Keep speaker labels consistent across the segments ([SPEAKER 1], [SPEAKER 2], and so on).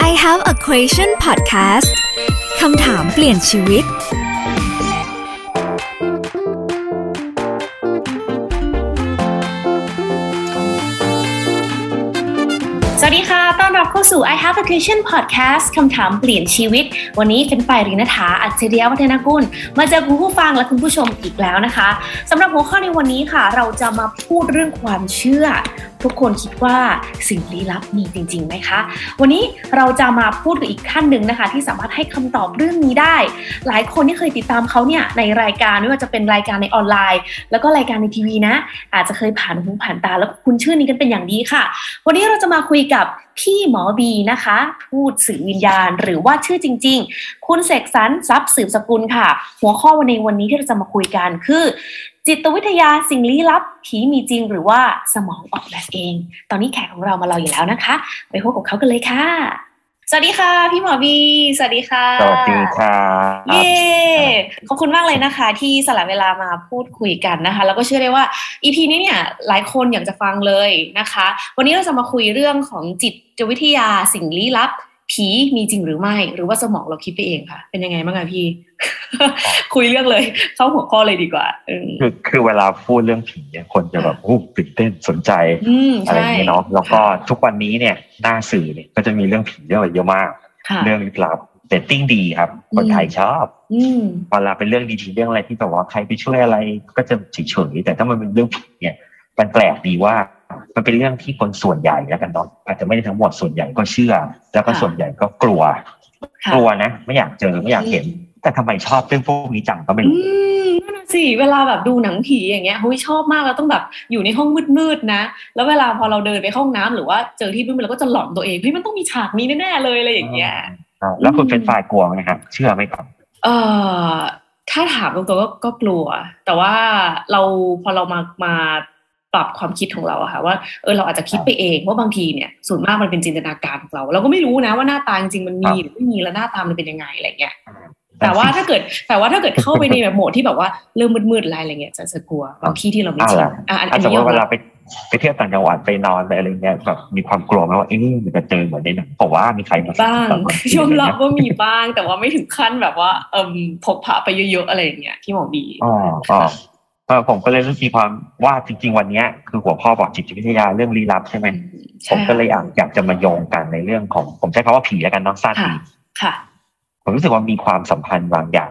[SPEAKER 1] I have a question podcast คำถามเปลี่ยนชีวิต
[SPEAKER 2] สวัสดีค่ะ ต้อนรับเข้าสู่ I Have a Question Podcast คำถามเปลี่ยนชีวิต วันนี้เป็นไปายรินฐา อัจฉริยะวัฒนกุล มาเจอคุณผู้ฟังและคุณผู้ชมอีกแล้วนะคะ สำหรับหัวข้อในวันนี้ค่ะ เราจะมาพูดเรื่องความเชื่อ ทุกคนคิดว่าสิ่งลี้ลับมีจริงๆไหมคะ วันนี้เราจะมาพูดกับอีกขั้นหนึ่งนะคะ ที่สามารถให้คำตอบเรื่องนี้ได้ หลายคนที่เคยติดตามเขาเนี่ยในรายการไม่ว่าจะเป็นรายการในออนไลน์ แล้วก็รายการในทีวีนะ อาจจะเคยผ่านหูผ่านตาแล้วคุณชื่อนี้กันเป็นอย่างดีค่ะ วันนี้เราจะมาคุยกับพี่หมอบีนะคะ พูดสื่อวิญญาณหรือว่าชื่อจริง ๆ คุณเสกสรรทรัพย์สืบสกุลค่ะ หัวข้อวันในวันนี้ที่เราจะมาคุยกันคือ จิตวิทยาสิ่งลี้ลับ ผีมีจริงหรือว่าสมองออกแบบเอง ตอนนี้แขกของเรามารออยู่แล้วนะคะ ไปพบกับเขากันเลยค่ะ สวัสดีค่ะ พี่หมอบี สวัสดีค่ะ
[SPEAKER 3] สวัสดีครับ
[SPEAKER 2] เย้ขอบคุณมากเลยนะคะ ที่สละเวลามาพูดคุยกันนะคะ แล้วก็เชื่อได้ว่าอีพีนี้เนี่ยหลายคนอยากจะฟังเลยนะคะ วันนี้เราจะมาคุยเรื่องของจิตวิทยาสิ่งลี้ลับ ผีมีจริงหรือไม่ หรือว่าสมองเราคิดไปเองค่ะ เป็นยังไงบ้างคะพี่ คุยเรื่องเลย เข้าหัวข้อเลยดีกว่าอืม
[SPEAKER 3] คือคือเวลาพูดเรื่องผีเนี่ยคนจะแบบอู้ตื่นเต้นสนใจ
[SPEAKER 2] อืม
[SPEAKER 3] อะไรอ
[SPEAKER 2] ใช่
[SPEAKER 3] ย่างเงี้ยเนาะแล้วก็ทุกวันนี้เนี่ยหน้าสื่อเนี่ยก็จะมีเรื่องผีเรื่องอะไรเยอะมาก
[SPEAKER 2] ค่ะ
[SPEAKER 3] เรื่องลึกลับเตตติ้งดีครับ คนไทยชอบ
[SPEAKER 2] อืม
[SPEAKER 3] เวลาเป็นเรื่องดีๆเรื่องอะไรที่แบบว่าใครไปช่วยอะไรก็จะเฉยๆแต่ถ้ามันเป็นเรื่องผีเนี่ยมันแปลกดีว่า มันเป็นเรื่องที่คนส่วนใหญ่แล้วกันเนาะอาจจะไม่ได้ทั้งหมดส่วนใหญ่ก็เชื่อ แล้วก็ส่วนใหญ่ก็กลัว
[SPEAKER 2] ค่ะ
[SPEAKER 3] กลัวนะ ไม่อยากเจอไม่อยากเห็น แต่ทำไมชอบเรื่องพวกนี้จังก็ไม่
[SPEAKER 2] อื
[SPEAKER 3] รู้
[SPEAKER 2] มนั่นนะสิเวลาแบบดูหนังผีอย่างเงี้ยเฮ้ยชอบมากเราต้องแบบอยู่ในห้องมืดๆนะ แล้วเวลาพอเราเดินไปเข้าห้องน้ำหรือว่าเจอที่มืดๆเราก็จะหลอนตัวเองเฮ้ยมันต้องมีฉากนี้แน่ๆเลยอะไรอย่างเงี้ย
[SPEAKER 3] อ่าแล้วคุณ
[SPEAKER 2] อืม
[SPEAKER 3] เป็นฝ่ายกลัวไหมครับเชื่อไหมครับ
[SPEAKER 2] เอ่อถ้าถามตรงๆก็ก็กลัว แต่ว่าเราพอเรามามาปรับความคิดของเราอะค่ะว่าเออเราอาจจะคิดไปเองว่าบางทีเนี่ยส่วนมากมันเป็นจินตนาการของเรา เราก็ไม่รู้นะว่าหน้าตาจริงๆมันมีหรือไม่มีแล้วหน้าตามันเป็นยังไงอะไรเงี้ยแต่ว่าถ้าเกิดแต่ว่าถ้าเกิดเข้าไปในแบบโหมดที่แบบว่าเริ่มมืดๆอะไรอะไรเงี้ยจะจะกลัวบางที่ที่เราไม่
[SPEAKER 3] อ่า
[SPEAKER 2] ชิน
[SPEAKER 3] ล่ะ
[SPEAKER 2] อ่ะอัน
[SPEAKER 3] อา
[SPEAKER 2] อั
[SPEAKER 3] จ
[SPEAKER 2] น
[SPEAKER 3] จะ
[SPEAKER 2] นี้
[SPEAKER 3] ว่าเวย
[SPEAKER 2] อม
[SPEAKER 3] ลา
[SPEAKER 2] รับ
[SPEAKER 3] ไปไปเที่ยวต่างจังหวัดไปนอนไปอะไรเงี้ยแบบมีความกลัวไหมว่าเอ๊ะมันจะเจอเหมือนในหนังบอกว่ามีใครมา
[SPEAKER 2] บ้าง
[SPEAKER 3] ตอนกลางคืน
[SPEAKER 2] ยอมรับ
[SPEAKER 3] ะไเงี้ย
[SPEAKER 2] ว่ามี บ้างแต่ว่าไม่ถึงขั้นแบบว่าเอิมพกพาไปเยอะๆอะไรอย่างเงี้ยที่หมอบี
[SPEAKER 3] อ๋ออ๋อเออผมก็เลยรู้สึกมีความว่าจริง ๆ วันเนี้ยคือหัวข้อบอกจิตวิทยาเรื่องลี้ลับใช่ไหมผมก็เลยอยากอยากจะมาโยงกันในเรื่องของผมใช้คำว่าผีแล้วกันเนาะสั้น
[SPEAKER 2] ค่ะ
[SPEAKER 3] ดี
[SPEAKER 2] ค่ะ
[SPEAKER 3] ผมรู้สึกว่ามีความสัมพันธ์บางอย่าง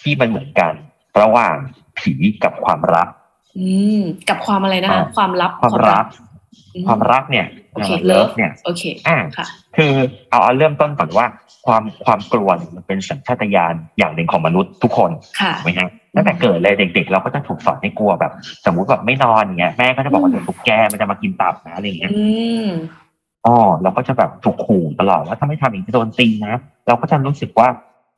[SPEAKER 3] ที่มันเหมือนกัน ระหว่างผีกับความรัก
[SPEAKER 2] อืมกับความอะไรนะคะ
[SPEAKER 3] อ่า
[SPEAKER 2] ความลับ
[SPEAKER 3] ความรัก
[SPEAKER 2] อื
[SPEAKER 3] ความรักเนี่ย
[SPEAKER 2] โอเค
[SPEAKER 3] เลิ
[SPEAKER 2] เลิ
[SPEAKER 3] ฟ
[SPEAKER 2] ฟ
[SPEAKER 3] เนี่ย
[SPEAKER 2] โอเค
[SPEAKER 3] อ่า
[SPEAKER 2] ค่ะ
[SPEAKER 3] คือเอาเอาเริ่มต้นก่อนว่าความความกลัวเนี่ยมันเป็นสัญชาตญาณอย่างหนึ่งของมนุษย์ทุกคน
[SPEAKER 2] ค่ะ
[SPEAKER 3] ถูกไหมฮะตั้งแต่เกิดเลยเด็ก ๆ เราก็จะถูกสอนให้กลัวแบบ สมมุติแบบไม่นอนอย่างเงี้ยแม่ก็จะบอกว่า
[SPEAKER 2] อืม
[SPEAKER 3] ถูกแกมันจะมากินตับนะอะไรอย่างเงี้ย
[SPEAKER 2] อืม
[SPEAKER 3] อ๋อเราก็จะแบบถูกขู่ตลอดว่าถ้าไม่ทำอย่างนี้จะโดนตีนะ เราก็จะรู้สึกว่า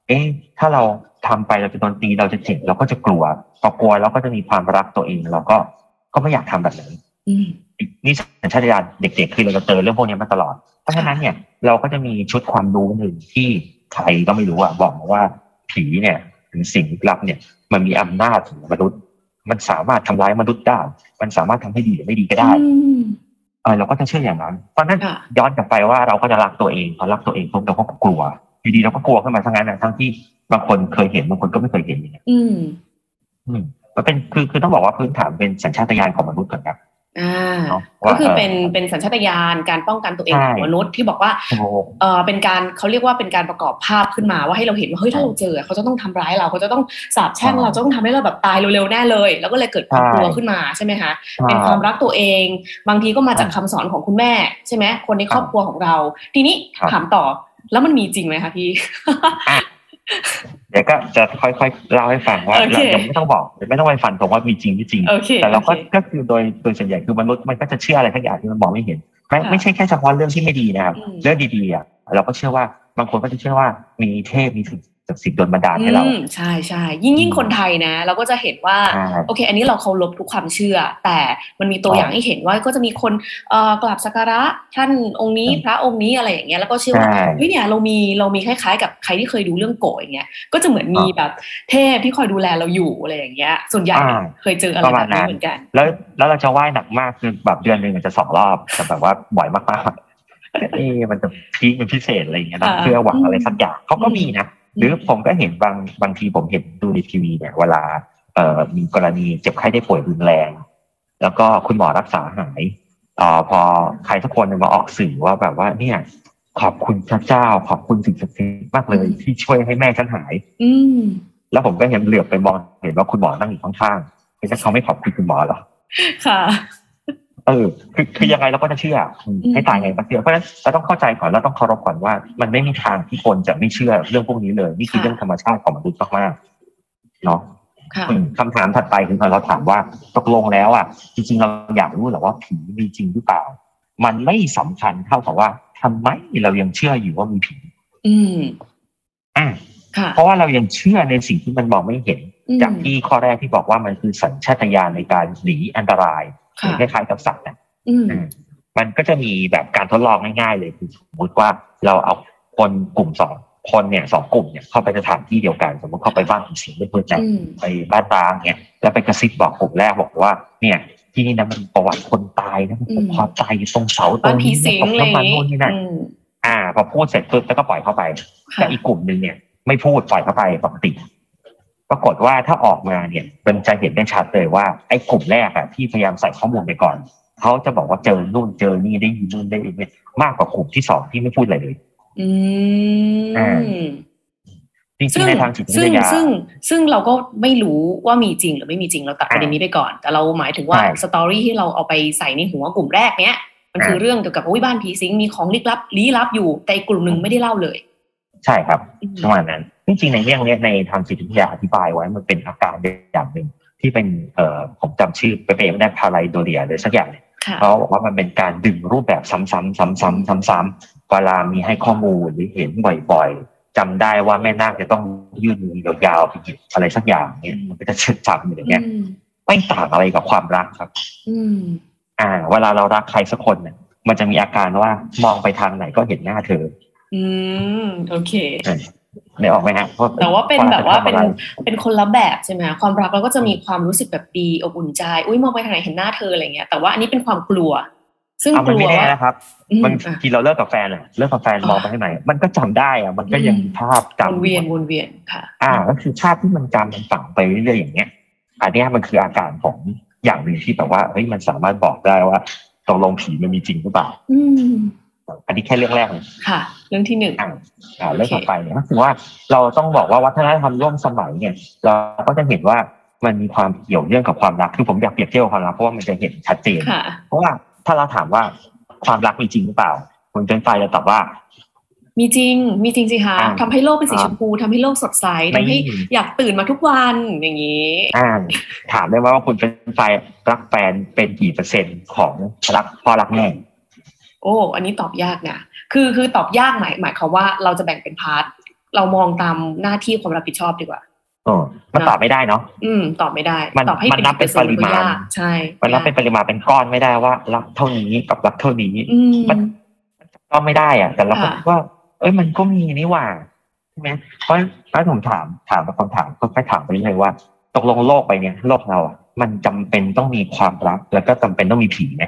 [SPEAKER 3] เอ๊ะถ้าเราทำไปเราจะโดนตีเราจะเจ็บเราก็จะกลัวพอกลัวเราก็จะมีความรักตัวเองเราก็ก็ไม่อยากทำแบบนั้น
[SPEAKER 2] อืม
[SPEAKER 3] นี่สัญชาตญาณเด็กๆ คือเราจะเจอเรื่องพวกนี้มาตลอด เพราะฉะนั้นเนี่ยเราก็จะมีชุดความรู้หนึ่งที่ใครก็ไม่รู้อ่ะบอกมาว่าผีเนี่ยหรือสิ่งลึกลับเนี่ย มันมีอำนาจเหนือมนุษย์ มันสามารถทำร้ายมนุษย์ได้ มันสามารถทำให้ดีหรือไม่ดีก็ได้
[SPEAKER 2] อืม
[SPEAKER 3] เออเราก็จะเชื่ออย่างนั้น เพราะฉะนั้น
[SPEAKER 2] ค่ะ
[SPEAKER 3] ย้อนกลับไปว่าเราก็จะรักตัวเองพอรักตัวเองปุ๊บเราก็กลัวอยู่ดีเราก็กลัวขึ้นมาทั้งนั้นนะทั้งที่บางคนเคยเห็นบางคนก็ไม่เคยเห็นอย่างเงี้ย
[SPEAKER 2] อืม
[SPEAKER 3] อืมมันเป็นคือคือต้องบอกว่าพื้นฐานเป็นสัญชาตญาณของมนุษย์ก่อนครับ
[SPEAKER 2] อ่า
[SPEAKER 3] เนาะ
[SPEAKER 2] ก็
[SPEAKER 3] ว่า
[SPEAKER 2] คือ
[SPEAKER 3] เ
[SPEAKER 2] เป็นเป็นสัญชาตญาณการป้องกันตัวเอง
[SPEAKER 3] ใช่
[SPEAKER 2] ของมนุษย์ที่บอกว่า
[SPEAKER 3] โอ้
[SPEAKER 2] เออเป็นการเขาเรียกว่าเป็นการประกอบภาพขึ้นมาว่าให้เราเห็นว่าเฮ้ยถ้าเราเจอเขาจะต้องทำร้ายเราเขาจะต้องสาปแช่ง
[SPEAKER 3] ใช่
[SPEAKER 2] เราจะต้องทำให้เราแบบตายเร็วๆแน่เลย แล้วก็เลยเกิดความ
[SPEAKER 3] ใช่
[SPEAKER 2] กลัวขึ้นมาใช่ไหมคะ เป็นความรักตัวเอง บางทีก็มาจากคำสอนของคุณแม่ใช่ไหมคนในครอบครัวของเรา ทีนี้
[SPEAKER 3] ครับ
[SPEAKER 2] ถามต่อแล้วมันมีจริงไหมคะพี่
[SPEAKER 3] เดี๋ยวก็จะค่อยๆเล่าให้ฟังว่า
[SPEAKER 2] โอ
[SPEAKER 3] เรา
[SPEAKER 2] เค
[SPEAKER 3] ยังไม่ต้องบอกไม่ต้องไปฟันผมว่ามีจริงไม่จริง
[SPEAKER 2] โอเค
[SPEAKER 3] แต่เราก็
[SPEAKER 2] โอค
[SPEAKER 3] ก็คือโดยโดยส่วนใหญ่คือมนุษย์มันก็จะเชื่ออะไรทั้งอย่างที่มันมองไม่เห็นไม่
[SPEAKER 2] ค่ะ
[SPEAKER 3] ไม่ใช่แค่เฉพาะเรื่องที่ไม่ดีนะครับ
[SPEAKER 2] อืม
[SPEAKER 3] เรื่องดีๆอ่ะเราก็เชื่อว่าบางคนก็จะเชื่อว่ามีเทพมีสิ่งศักดิ์สิทธิ์โดนบันดาลให้เรา
[SPEAKER 2] อืมใช่ใช่ยิ่งยิ่งคนไทยนะ เราก็จะเห็นว่า
[SPEAKER 3] อ่า
[SPEAKER 2] โอเค อันนี้เราเคารพทุกความเชื่อ แต่มันมีตัว
[SPEAKER 3] ครับ
[SPEAKER 2] อย่างให้เห็นว่าก็จะมีคนเอ่อกราบสักการะท่านองค์นี้
[SPEAKER 3] ครับ
[SPEAKER 2] พระองค์นี้อะไรอย่างเงี้ยแล้วก็เชื่อว่า
[SPEAKER 3] ใช่
[SPEAKER 2] เฮ้ยเนี่ยเรามีเรามีคล้ายๆ กับใครที่เคยดูเรื่องโกะอย่างเงี้ยก็จะเหมือนมี
[SPEAKER 3] ครับ
[SPEAKER 2] แบบเทพที่คอยดูแลเราอยู่อะไรอย่างเงี้ย ส่วนใหญ่
[SPEAKER 3] อ่า
[SPEAKER 2] เคยเจออะไร
[SPEAKER 3] ประ
[SPEAKER 2] แบบนี้
[SPEAKER 3] มาณนั้น
[SPEAKER 2] เหมือนกัน
[SPEAKER 3] แล้วแล้วเราจะไหว้หนักมากคือแบบเดือนหนึ่งอาจจะสองรอบแต่แบบว่าบ่อยมาก เอ๊ะมันจะพีคเป็นพิเศษอะไรอย่างเงี้ยนะ
[SPEAKER 2] อ่า
[SPEAKER 3] เพื่อหวังอะไรสักอย่างเขาก็มีนะ หรือผมก็เห็นบางบางทีผมเห็นดูในทีวีเนี่ยเวลาเอ่อมีกรณีเจ็บไข้ได้ป่วยรุนแรง แล้วก็คุณหมอรักษาหายเอ่อพอใครสักคนหนึ่งมาออกสื่อว่าแบบว่าเนี่ย ขอบคุณพระเจ้า ขอบคุณสิ่งศักดิ์สิทธิ์มากเลย
[SPEAKER 2] อืม
[SPEAKER 3] ที่ช่วยให้แม่ฉันหาย
[SPEAKER 2] อืม
[SPEAKER 3] แล้วผมก็เห็นเหลือบไปมองเห็นว่าคุณหมอนั่งอยู่ข้างๆไม่ใช่เขาไม่ขอบคุณคุณหมอเหรอ
[SPEAKER 2] ค่ะ
[SPEAKER 3] เออคือคือยังไงเราก็จะเชื่ออืม
[SPEAKER 2] อืม
[SPEAKER 3] ให้ตายไงก็เชื่อเพราะฉะนั้นเราต้องเข้าใจก่อนเราต้องเคารพก่อนว่า มันไม่มีทางที่คนจะไม่เชื่อเรื่องพวกนี้เลยนี่คือเรื่องธรรมชาติของมนุษย์มากๆเนาะ
[SPEAKER 2] ค่ะ
[SPEAKER 3] อืมคำถามถัดไปคือเราถามว่าตกลงแล้วอ่ะจริงๆเราอยากรู้เหรอว่าผีมีจริงหรือเปล่า มันไม่สำคัญเท่ากับว่าทำไมเรายังเชื่ออยู่ว่ามีผี
[SPEAKER 2] อืม
[SPEAKER 3] อ่ะ
[SPEAKER 2] ค่ะ
[SPEAKER 3] เพราะว่าเรายังเชื่อในสิ่งที่มันมองไม่เห็น
[SPEAKER 2] อืม
[SPEAKER 3] จากที่ข้อแรกที่บอกว่ามันคือสัญชาตญาณในการหนีอันตรายหรื
[SPEAKER 2] ค่ะ
[SPEAKER 3] อคล้ายๆกับสัตว์นะ
[SPEAKER 2] อืม
[SPEAKER 3] มันก็จะมีแบบการทดลองง่ายๆเลยคือสมมติว่าเราเอาคนกลุ่มสองคนเนี่ยสองกลุ่มเนี่ยเข้าไปสถานที่เดียวกัน สมมติเข้าไปบ้านของสิงห์เป็นเพื่อนกัน
[SPEAKER 2] อืม
[SPEAKER 3] ไปบ้านตางเนี่ยแล้วไปกระซิบบอกกลุ่มแรกบอกว่า เนี่ย ที่นี่นะมันประวัติคนตายนะมัน
[SPEAKER 2] อืม
[SPEAKER 3] ความตายอยู่ตรงเสาตร
[SPEAKER 2] บ้าน
[SPEAKER 3] ง
[SPEAKER 2] ผี
[SPEAKER 3] นี้
[SPEAKER 2] สิง
[SPEAKER 3] ตก
[SPEAKER 2] อะไรอ
[SPEAKER 3] น้ำมั
[SPEAKER 2] ย่าน งงี้
[SPEAKER 3] นู่นนี่นั่น
[SPEAKER 2] อืม
[SPEAKER 3] อ่า พอพูดเสร็จปุ๊บแล้วก็ปล่อยเข้าไป
[SPEAKER 2] ค่ะ
[SPEAKER 3] แต่อีกกลุ่มหนึ่งเนี่ย ไม่พูดปล่อยเข้าไปปกติ ปรากฏว่าถ้าออกมาเนี่ยมันจะเห็นได้ชัดเลยว่าไอ้กลุ่มแรกอะที่พยายามใส่ข้อมูลไปก่อนเขาจะบอกว่าเจอนู่นเจอนี่ได้ยินนู่นได้ยินนี่มากกว่ากลุ่มที่สองที่ไม่พูดอะไรเลย
[SPEAKER 2] อื
[SPEAKER 3] อ่า
[SPEAKER 2] ม
[SPEAKER 3] จริงๆในทางจิตวิ
[SPEAKER 2] ซึ่
[SPEAKER 3] ท
[SPEAKER 2] ง
[SPEAKER 3] ยา
[SPEAKER 2] ซึ่งซึ่งเราก็ไม่รู้ว่ามีจริงหรือไม่มีจริงเราตัดประเด็นนี้ไปก่อน แต่เราหมายถึงว่า
[SPEAKER 3] ใช่
[SPEAKER 2] สตอรี่ที่เราเอาไปใส่ในหัวกลุ่มแรกเนี้ยมันคือ
[SPEAKER 3] อ่า
[SPEAKER 2] เรื่องเกี่ยวกับอุ้ยบ้านผีสิงมีของลี้ลับลี้ลับอยู่แต่อีกกลุ่มหนึ่งไม่ได้เล่าเลย
[SPEAKER 3] ใช่ครับ
[SPEAKER 2] อืม
[SPEAKER 3] ประมาณนั้นจริงๆในเรื่องเนี้ยในทางจิตวิทยาอธิบายไว้มันเป็นอาการอย่างหนึ่งที่เป็นเอ่อผมจำชื่อไปเป็นไม่ได้พาไลโดเรียเลยสักอย่าง
[SPEAKER 2] ค่ะ
[SPEAKER 3] เขาบอกว่ามันเป็นการดึงรูปแบบซ้ำๆซ้ำๆซ้ำๆเวลามีให้ข้อมูลหรือเห็นบ่อยๆจำได้ว่าแม่นาคจะต้องยื่นมือยาวๆไปหยิบอะไรสักอย่างเนี่ยมันก็จะเชื่อจำอยู่อย่างเงี้ย
[SPEAKER 2] อืม
[SPEAKER 3] ไม่ต่างอะไรกับความรักครับ
[SPEAKER 2] อืม
[SPEAKER 3] อ่า เวลาเรารักใครสักคนเนี่ยมันจะมีอาการว่ามองไปทางไหนก็เห็นหน้าเธอ
[SPEAKER 2] อืมโอเค
[SPEAKER 3] เนี่ยออกไหมฮะเพระ
[SPEAKER 2] แต่ว่าเป็น
[SPEAKER 3] พระร
[SPEAKER 2] แบบว่า
[SPEAKER 3] จะทำ
[SPEAKER 2] เป็น
[SPEAKER 3] อะไร
[SPEAKER 2] เป็นคนละแบบใช่ไหมคะความรักเราก็จะมีความรู้สึกแบบดีอบอุ่นใจ อุ้ยมองไปทางไหนเห็นหน้าเธออะไรเงี้ยแต่ว่าอันนี้เป็นความกลัว ซึ่ง
[SPEAKER 3] เอา
[SPEAKER 2] ก
[SPEAKER 3] มัน
[SPEAKER 2] ลัว
[SPEAKER 3] ไม่แน่
[SPEAKER 2] ว่า
[SPEAKER 3] นะครับ
[SPEAKER 2] อืม
[SPEAKER 3] บาง
[SPEAKER 2] อ่ะ
[SPEAKER 3] ทีเราเลิกกับแฟนอะเลิกกับแฟน
[SPEAKER 2] อ่ะ
[SPEAKER 3] มองไปที่ไหน มันก็จำได้อะมันก็ยัง
[SPEAKER 2] อืม
[SPEAKER 3] มีภาพ
[SPEAKER 2] วน
[SPEAKER 3] จำ
[SPEAKER 2] เวียนวนเวียนค่ะ
[SPEAKER 3] อ่าก็คือชาติที่มันจำมันฝังไปเรื่อยๆอย่างเงี้ย อันเนี้ยมันคืออาการของอย่างหนึ่งที่แบบว่าเฮ้ยมันสามารถบอกได้ว่าตกลงผีมันมีจริงหรือเปล่า
[SPEAKER 2] อืม
[SPEAKER 3] อันนี้แค่เรื่องแรกเลย
[SPEAKER 2] ค่ะ เรื่องที่หนึ่ง
[SPEAKER 3] อ่าเรื่องต่อไปเนี่ยก็คือว่าเราต้องบอกว่าวัฒนธรรมร่วมสมัยเนี่ย เราก็จะเห็นว่ามันมีความเกี่ยวเนื่องกับความรักคือผมอยากเปรียบเทียบกับความรักเพราะว่ามันจะเห็นชัดเจน
[SPEAKER 2] ค่ะ
[SPEAKER 3] เพราะว่าถ้าเราถามว่าความรักมีจริงหรือเปล่าคุณเป็นไฟจะตอบว่า
[SPEAKER 2] มีจริง มีจริงสิคะ
[SPEAKER 3] อ่า
[SPEAKER 2] ทำให้โลกเป็นสี
[SPEAKER 3] อ่า
[SPEAKER 2] ชมพูทำให้โลกสดใส
[SPEAKER 3] ไม่
[SPEAKER 2] ทำให้อยากตื่นมาทุกวันอย่างนี้
[SPEAKER 3] อ่าถามได้ไหมว่าคุณเป็นไฟรักแฟนเป็นกี่เปอร์เซ็นต์ของรักพ่อรักแม่
[SPEAKER 2] โอ้ อันนี้ตอบยากนะ คือคือตอบยากหมายหมายความว่าเราจะแบ่งเป็นพาร์ท เรามองตามหน้าที่ความรับผิดชอบดีกว่า
[SPEAKER 3] เออมัน
[SPEAKER 2] นะ
[SPEAKER 3] ตอบไม่ได้เนาะ
[SPEAKER 2] อืม ตอบไม่ได้
[SPEAKER 3] มัน
[SPEAKER 2] ตอบให้
[SPEAKER 3] มันนับเป็นปริมา
[SPEAKER 2] เอร์
[SPEAKER 3] ณ
[SPEAKER 2] เซ็นต์ก็ยกใช่
[SPEAKER 3] มันรับเป็นปริมาณเป็นก้อนไม่ได้ว่ารับเท่านี้กับรับเท่านี้
[SPEAKER 2] อืม
[SPEAKER 3] มัน ก็ไม่ได้อะแต่เราก็
[SPEAKER 2] ค่ะ
[SPEAKER 3] คิดว่า เอ้ยมันก็มีนี่หว่าใช่ไหมเพราะถ้าผมถามถามไปคำถามค่อยๆถามไปเรื่อยๆว่า ตกลงโลกไปเนี่ยโลกเราอะมันจำเป็นต้องมีความรัก แล้วก็จำเป็นต้องมีผีไหม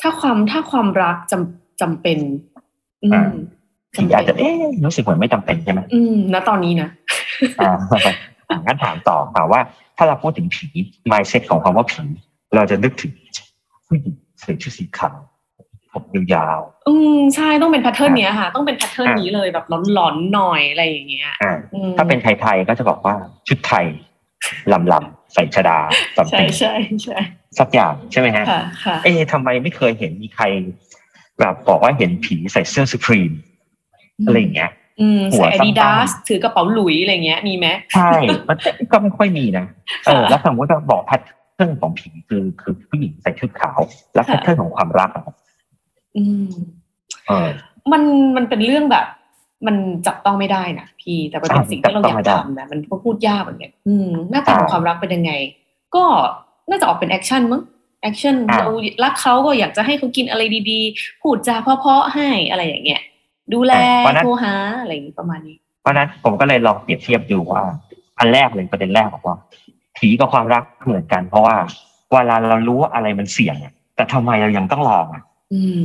[SPEAKER 2] ถ้าความถ้าความรักจำจำเป็น อื
[SPEAKER 3] อ่า
[SPEAKER 2] ม
[SPEAKER 3] ผี
[SPEAKER 2] จำ
[SPEAKER 3] อาจจะ
[SPEAKER 2] เป็น
[SPEAKER 3] เอ๊ะรู้สึกเหมือนไม่จำเป็นใช่ไหม
[SPEAKER 2] อืมณตอนนี้นะ
[SPEAKER 3] อ่า งั้นถามต่อถามว่า ถ้าเราพูดถึงผี mindset ของคำว่าผี เราจะนึกถึงผู้หญิงใส่ชุดสีขาวผมยาวๆ
[SPEAKER 2] อืม ใช่ ต้องเป็นแพทเทิร์นเนี้ยค่ะ ต้องเป็นแพทเทิร์นนี้เลยแบบหลอนๆหน่อยอะไรอย่างเงี้ย
[SPEAKER 3] อ่า
[SPEAKER 2] อืม
[SPEAKER 3] ถ้าเป็นไทยๆก็จะบอกว่าชุดไทยลำลำๆใส่ชดาสัม
[SPEAKER 2] ใช่
[SPEAKER 3] ติง
[SPEAKER 2] ใช่ใช่
[SPEAKER 3] สักอย่างใช่ไหมฮะ
[SPEAKER 2] ค่ะค่ะ
[SPEAKER 3] เอ๊ะทำไมไม่เคยเห็นมีใคร แบบบอกว่าเห็นผีใส่เสื้อสุพรีมอะไรอย่างเงี้ย
[SPEAKER 2] อืม
[SPEAKER 3] หัว
[SPEAKER 2] ใส่
[SPEAKER 3] สั้นๆ
[SPEAKER 2] Adidas ถือกระเป๋าหลุยอะไรเงี้ยมีไหม
[SPEAKER 3] ใช่ มันก็ไม่ค่อยมีนะเออ
[SPEAKER 2] ค่ะ
[SPEAKER 3] แล้วสมมติว่าบอกแพทเทิร์นของผีคือคือผู้หญิงใส่ชุดขาว แล้ว
[SPEAKER 2] ค่ะ
[SPEAKER 3] แพทเทิร์นของความรักอะ
[SPEAKER 2] อืม
[SPEAKER 3] เออ
[SPEAKER 2] มันมันเป็นเรื่องแบบ มันจับต้องไม่ได้นะพี่ แต่มันเป็น
[SPEAKER 3] ใช่
[SPEAKER 2] สิ่งที่เราอ
[SPEAKER 3] จั
[SPEAKER 2] บยา
[SPEAKER 3] ต้องไม่
[SPEAKER 2] ก
[SPEAKER 3] ได้
[SPEAKER 2] ทำนะมันก็พูดยากเหมือนกันอืมหน้าตาของ
[SPEAKER 3] อ่า
[SPEAKER 2] ความรักเป็นยังไง ก็น่าจะออกเป็นแอคชั่นมั้งแอคชั่น
[SPEAKER 3] อ่า
[SPEAKER 2] เรารักเขาก็อยากจะให้เขากินอะไรดีๆ พูดจาเพราะๆให้อะไรอย่างเงี้ยดูแลโทรหาอะไรอย่างงี้ประมาณนี้
[SPEAKER 3] เพราะฉะนั้นผมก็เลยลองเปรียบเทียบดูว่า อันแรกเลยประเด็นแรกบอกว่า ผีกับความรักเหมือนกัน เพราะว่าเวลาเรารู้ว่าอะไรมันเสี่ยงอะแต่ทำไมเรายังต้องลองอะ
[SPEAKER 2] อืม